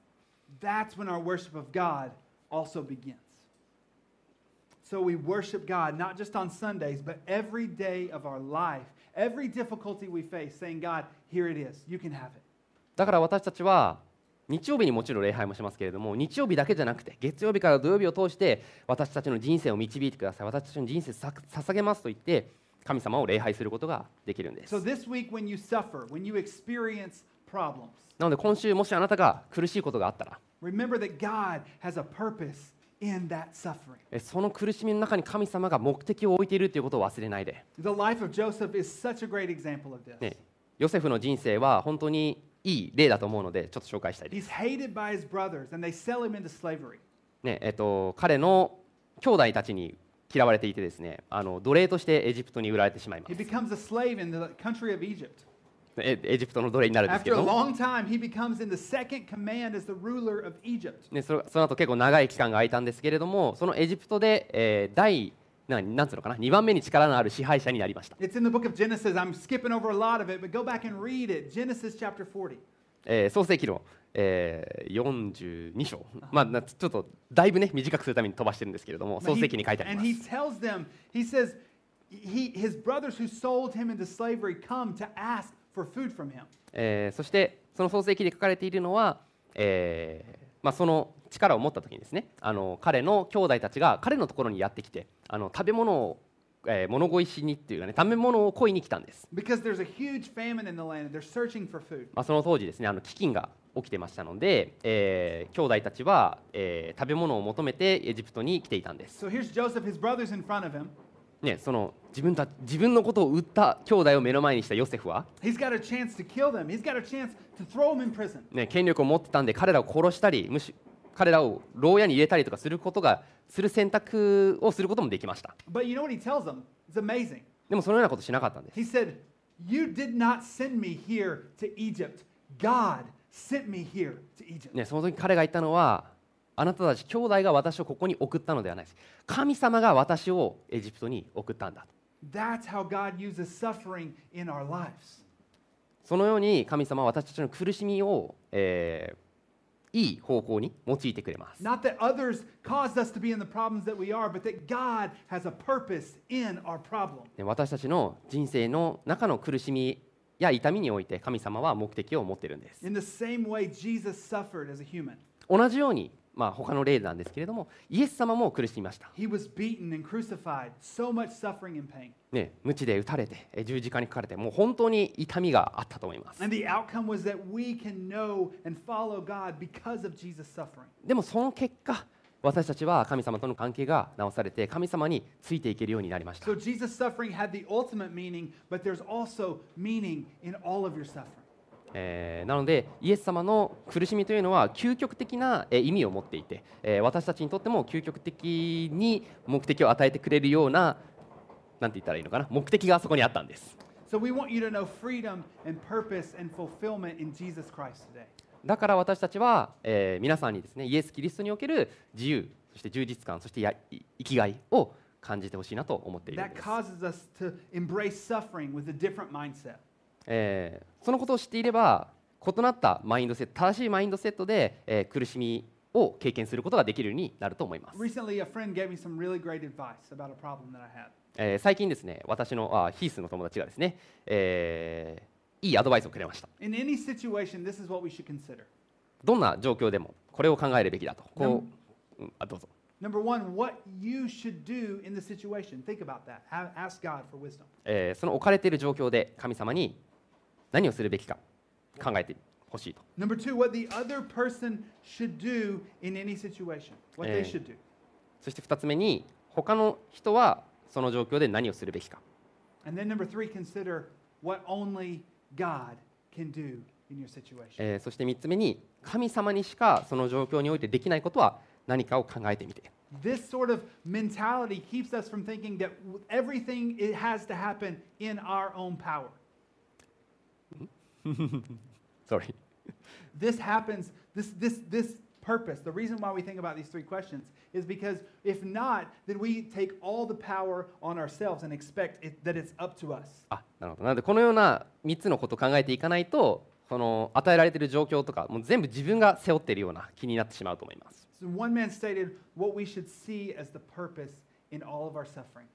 that's when our worship of God also begins. So we worship God not just on Sundays, but every day of our life, every difficulty we face, saying, God, here it is, you can have it.
だから私たちは日曜日にもちろん礼拝もしますけれども日曜日だけじゃなくて月曜日から土曜日を通して私たちの人生を導いてください私たちの人生をさ捧げますと言って神様を礼拝することができるんです
So this week, when you suffer, when you experience problems,
なので今週もしあなたが苦しいことがあったら
remember that God has a purpose in that suffering.
えその苦しみの中に神様が目的を置いているということを忘れないで、
The life of Joseph is such a great example of this.
ね、ヨセフの人生は本当にいい例だと思うのでちょっと紹介したいです
He's hated by his brothers, and they sell him into slavery.
ねえっと、彼の兄弟たちに嫌われていてですねあの奴隷としてエジプトに売られてしまいます
He becomes a slave in the country of Egypt.
えエジプトの奴隷になるんですけ
After a
ども、
long time, he becomes in the second command as the ruler of Egypt.
ね、そその後結構長い期間が空いたんですけれどもそのエジプトで、えー第ななんつうのかな2番目に力のある支配者になりました、
It's in the book of Genesis. I'm skipping over a lot of it, but go back and read it. Genesis chapter 40.
えー創世記の、えー42章、まあ、なちょっとだいぶね短くするために飛ばしてるんですけれども
But
創
he-
世記に書いてあり
and
ま
he
す
tells them, he says, he, his brothers who sold him into slavery come to ask for food from him.
えーそしてその創世記で書かれているのは、えーまあ、その力を持った時にですねあの彼の兄弟たちが彼のところにやってきてあの食べ物を、えー物乞いしにっていうかね食べ物を乞いに来たんです
Because there's a huge famine in the land, and they're searching for food.
まあ、その当時ですねあの飢饉が起きてましたので、えー兄弟たちは、えー食べ物を求めてエジプトに来ていたんです、
So here's Joseph, his brothers in front of him.
ね、その自分た自分のことを売った兄弟を目の前にしたヨセフは、
He's got a chance to kill them, he's got a chance to throw them in prison.
ね、権力を持ってたんで彼らを殺したりむし彼らを牢屋に入れたりとかすることがする選択をすることもできました
But you know what he tells them? It's amazing.
でもそのようなことしなかったんです
He said, You did not send me here to Egypt. God sent me here to Egypt.
ね、その時彼が言ったのはあなたたち兄弟が私をここに送ったのではないし神様が私をエジプトに送ったんだ
That's how God uses suffering in our lives.
そのように神様は私たちの苦しみを、えーいい方向に用いてくれます。
Not that others caused us to be in the problems that we are, but that God has a purpose in our problem.
で私たちの人生の中の苦しみや痛みにおいて神様は目的を持っているんです。
In the same way Jesus suffered as a human,
同じように、まあ、他の例なんですけれどもイエス様も苦しみました。
he was beaten and crucified, so much suffering and pain.
ね、鞭で打たれてえ十字架にかかれてもう本当に痛みがあったと思います
And the outcome was that we can know and follow God because of Jesus' suffering.
でもその結果私たちは神様との関係が直されて神様についていけるようになりました
So Jesus' suffering had the ultimate meaning, but there's also meaning in all of your suffering.
えーなのでイエス様の苦しみというのは究極的なえー意味を持っていて、えー私たちにとっても究極的に目的を与えてくれるようななんて言ったらいいのかな目的があそこにあったんです。
So we want you to know freedom and purpose and fulfillment in Jesus Christ today.
だから私たちは、えー皆さんにですねイエス・キリストにおける自由そして充実感そしてやい生きがいを感じてほしいなと思っているん
That
です、
causes us to embrace suffering with a different mindset.
えーそのことを知っていれば異なったマインドセット正しいマインドセットで、えー苦しみを経験することができるようになると思います、
Recently, a friend gave me some really great advice about a problem that I had.
えー最近ですね私のあヒースの友達がですね、えーいいアドバイスをくれました
In any situation, this is what we should consider.
どんな状況でもこれを考えるべきだとこう、うんあどうぞ
Number one, what you should do in the situation. Think about that. Ha- Ask God for wisdom.
えーその置かれている状況で神様に何をするべきか考えてほしいと、
Number two, what the other person should do in any situation. What they
Eh.
should do.
そして2つ目に他の人はその状況で何をするべきか
And then number three, consider what only God can do in your situation.
えーそして3つ目に神様にしかその状況においてできないことは何かを考えてみて、
This sort of mentality keeps us from thinking that w- everything it has to happen in our own power.
Sorry
This happens, this, this, this purpose, the reason why we think about these three questions is because if not, then we take all the power on ourselves and expect it, that it's up to us.
あなるほどなのでこのような3つのことを考えていかないとこの与えられている状況とかもう全部自分が背負っているような気になってしまうと思います、
So one man stated what we should see as the purpose in all of our suffering.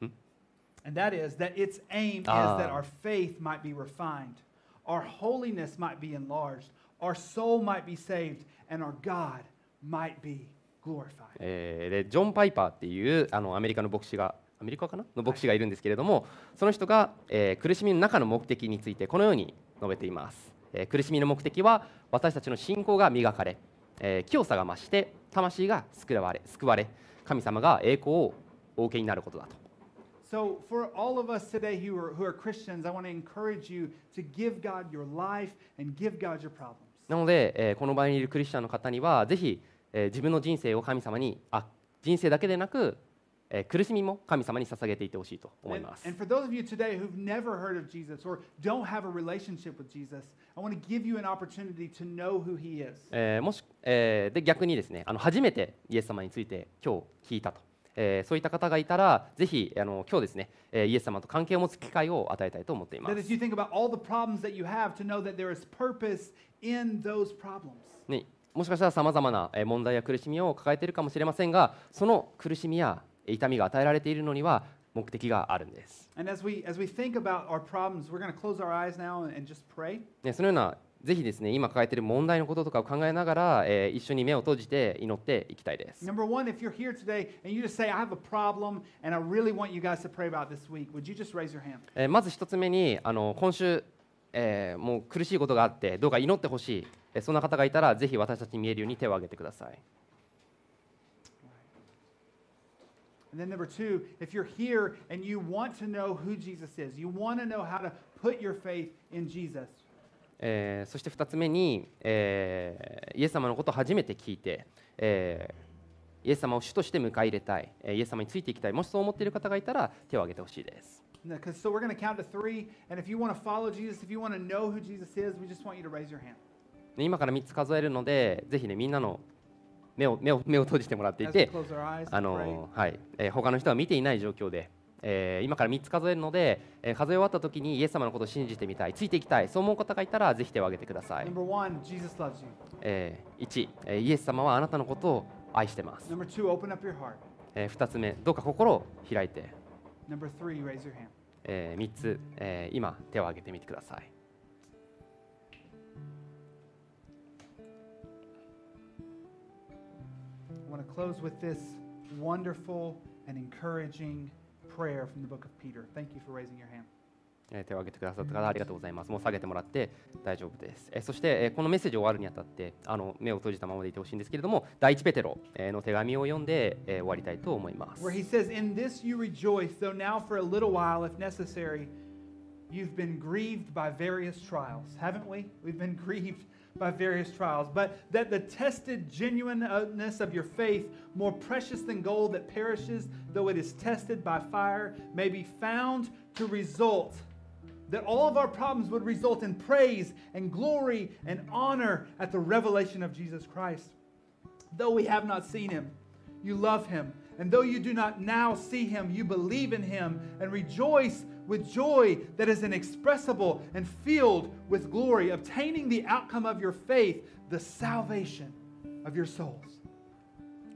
Hmm?
And that is that its aim
Ah.
is that our faith might be refined, our holiness might be enlarged, our soul might be saved, and our God might be glorified.
えーでジョン・パイパーっていうあのアメリカの牧師がアメリカかなの牧師がいるんですけれどもその人が、えー苦しみの中の目的についてこのように述べています、えー苦しみの目的は私たちの信仰が磨かれ、えー清さが増して魂が救われ救われ神様が栄光をお受けになることだと
So, for all of us today who are, who are Christians, I want to encourage you to give God your life and give God your problems.
なので、えーこの場にいるクリスチャンの方にはぜひ、えー自分の人生を神様にあ人生だけでなく、えー苦しみも神様に捧げていってほしいと思い
And,
ます。
and for those of you today who've never heard of Jesus or don't have a relationship with Jesus, I want to give you an opportunity to know who he is.
えーもし、えーで逆にですねあの初めてイエス様について今日聞いたと、えーそういった方がいたらぜひあの今日ですね、えーイエス様と関係を持つ機会を与えたいと思っています
That as you think about all the problems that you have, to know that there is purpose in those problems.
ね、もしかしたらさまざまなえー問題や苦しみを抱えているかもしれませんがその苦しみやえー痛みが与えられているのには目的があるんです、
And as we as we think about our problems, we're going to close our eyes now and, and just pray.
ね、そのようなぜひですね今抱えている問題のこととかを考えながら、えー一緒に目を閉じて祈っていきたいです
Number one, if you're here today and you just say, I have a problem and I really want you guys to pray about this week, would you just raise your hand?
えーまず一つ目にあの今週、えーもう苦しいことがあってどうか祈ってほしい、えーそんな方がいたらぜひ私たちに見えるように手を挙げてください、
And then number two, if you're here and you want to know who Jesus is, you want to know how to put your faith in Jesus,
えーそして二つ目に、えーイエス様のことを初めて聞いて、えーイエス様を主として迎え入れたい、えーイエス様についていきたいもしそう思っている方がいたら手を挙げてほしいです、
because so we're going to count to three. And if you want to follow Jesus, if you want to know who Jesus is, we just want you to raise your hand.
ね今から3つ数えるのでぜひねみんなの目を目を目を閉じてもらってい
As we
て
close our eyes,
あ
and pray.
のはいえー他の人は見ていない状況で、えー今から3つ数えるので、えー数え終わった時にイエス様のことを信じてみたいついていきたいそう思う方がいたらぜひ手を挙げてください、
number one, Jesus loves you.
え1、えーイエス様はあなたのことを愛してます、
Number two, open up your heart.
え2つ目どうか心を開いて、
Number three, raise your hand.
え3つ、えー今手を挙げてみてください
I want to close with this wonderful and encouraging prayer from the book of Peter. Thank you for raising your hand.
ええー手を挙げてくださった方ありがとうございます。もう下げてもらって大丈夫です。えーそして、えーこのメッセージを終わるにあたってあの目を閉じたままでいてほしいんですけれども第一ペテロえーの手紙を読んで、えー終わりたいと思います。
where he says, In this you rejoice, though now for a little while, if necessary, you've been grieved by various trials. Haven't we? We've been grieved by various trials. But that the tested genuineness of your faith, more precious than gold that perishes, though it is tested by fire, may be found to result. That all of our problems would result in praise and glory and honor at the revelation of Jesus Christ. Though we have not seen him, you love him. And though you do not now see him, you believe in him and rejoice with joy that is inexpressible and filled with glory, obtaining the outcome of your faith, the salvation of your souls.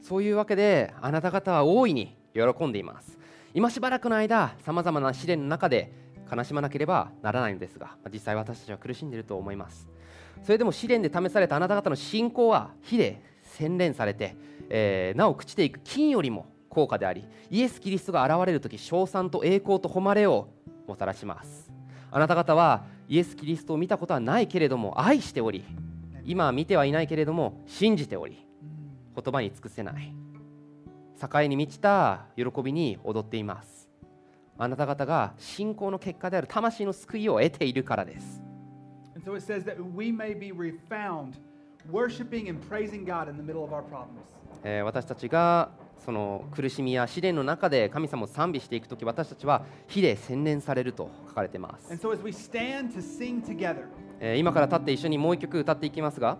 そういうわけであなた方は大いに喜んでいます今しばらくの間さまざまな試練の中で悲しまなければならないのですがまあ実際私たちは苦しんでいると思いますそれでも試練で試されたあなた方の信仰は火で洗練されて、えーなお朽ちていく金よりも高価でありイエス・キリストが現れる時称賛と栄光と誉れをもたらしますあなた方はイエス・キリストを見たことはないけれども愛しており今は見てはいないけれども信じており言葉に尽くせない境に満ちた喜びに踊っていますあなた方が信仰の結果である魂の救いを得ているからです
And so it says that we may be re- found worshiping and praising God in the middle of our problems.
えー私たちがその苦しみや試練の中で神様を賛美していく時私たちは火で洗練されると書かれていま
And
す、
so as we stand to sing together,
えー今から立って一緒にもう一曲歌っていきますが、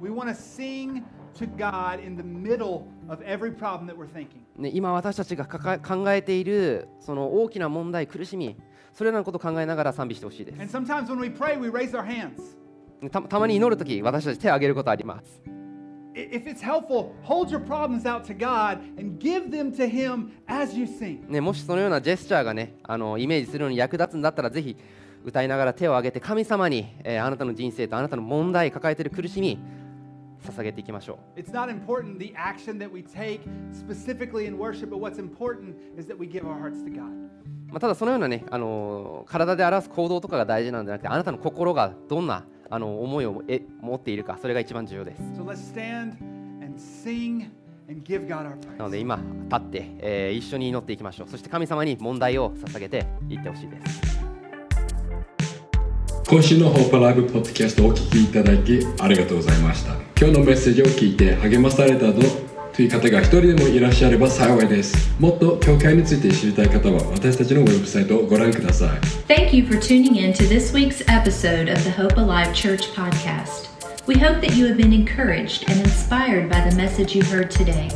we want to sing to God in the middle of every problem that we're thinking.
ね、今私たちがかか考えているその大きな問題苦しみそれらのことを考えながら賛美してほしいです
And sometimes when we pray, we raise our hands.
たたまに祈る時私たち手を挙げることあります
I- If it's helpful, hold your problems out to God and give them to Him as you sing.
ね、もしそのようなジェスチャーがねあのイメージするのに役立つんだったらぜひ歌いながら手を挙げて神様に、えーあなたの人生とあなたの問題抱えている苦しみ捧げていきましょ
It's not important the action that we take specifically in worship, but what's important is that we give our hearts to God.
う、まあ、ただそのようなね、あのー体で表す行動とかが大事なんじゃなくてあなたの心がどんなあの思いをえ持っているかそれが一番重要です
So let's stand and sing and give God our
な
praise.
ので今立って、えー一緒に祈っていきましょうそして神様に問題を捧げていってほしいです
今週のホーパライブポッドキャストをお聞きいただきありがとうございました今日のメッセージを聞いて励まされたぞという方が一人でもいらっしゃれば幸いですもっと教会について知りたい方は私たちのウェブサイトをご覧ください
Thank you for tuning in to this week's episode of the Hope Alive Church podcast. We hope that you have been encouraged and inspired by the message you heard today.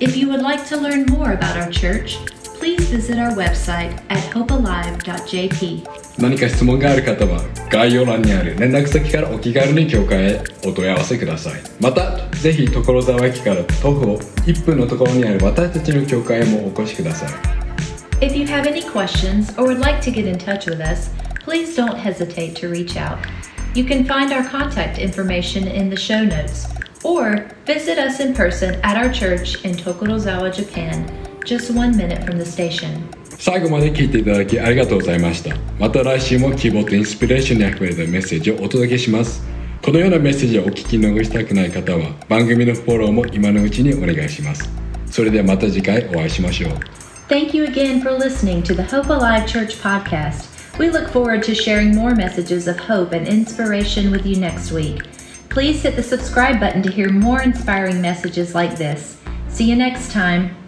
If you would like to learn more about our church, please visit our website at hopealive.jp.
何か質問がある方は概要欄にある連絡先からお気軽に教会へお問い合わせくださいまたぜひ所沢駅から徒歩1分のところにある私たちの教会へもお越しください
If you have any questions or would like to get in touch with us, please don't hesitate to reach out. You can find our contact information in the show notes or visit us in person at our church in Tokorozawa, Japan, just one minute from the station.
最後まで聞いていただきありがとうございましたまた来週も希望とインスピレーションにあふれたメッセージをお届けしますこのようなメッセージをお聞き逃したくない方は番組のフォローも今のうちにお願いしますそれではまた次回お会いしましょう
Thank you again for listening to the Hope Alive Church podcast. We look forward to sharing more messages of hope and inspiration with you next week. Please hit the subscribe button to hear more inspiring messages like this. See you next time.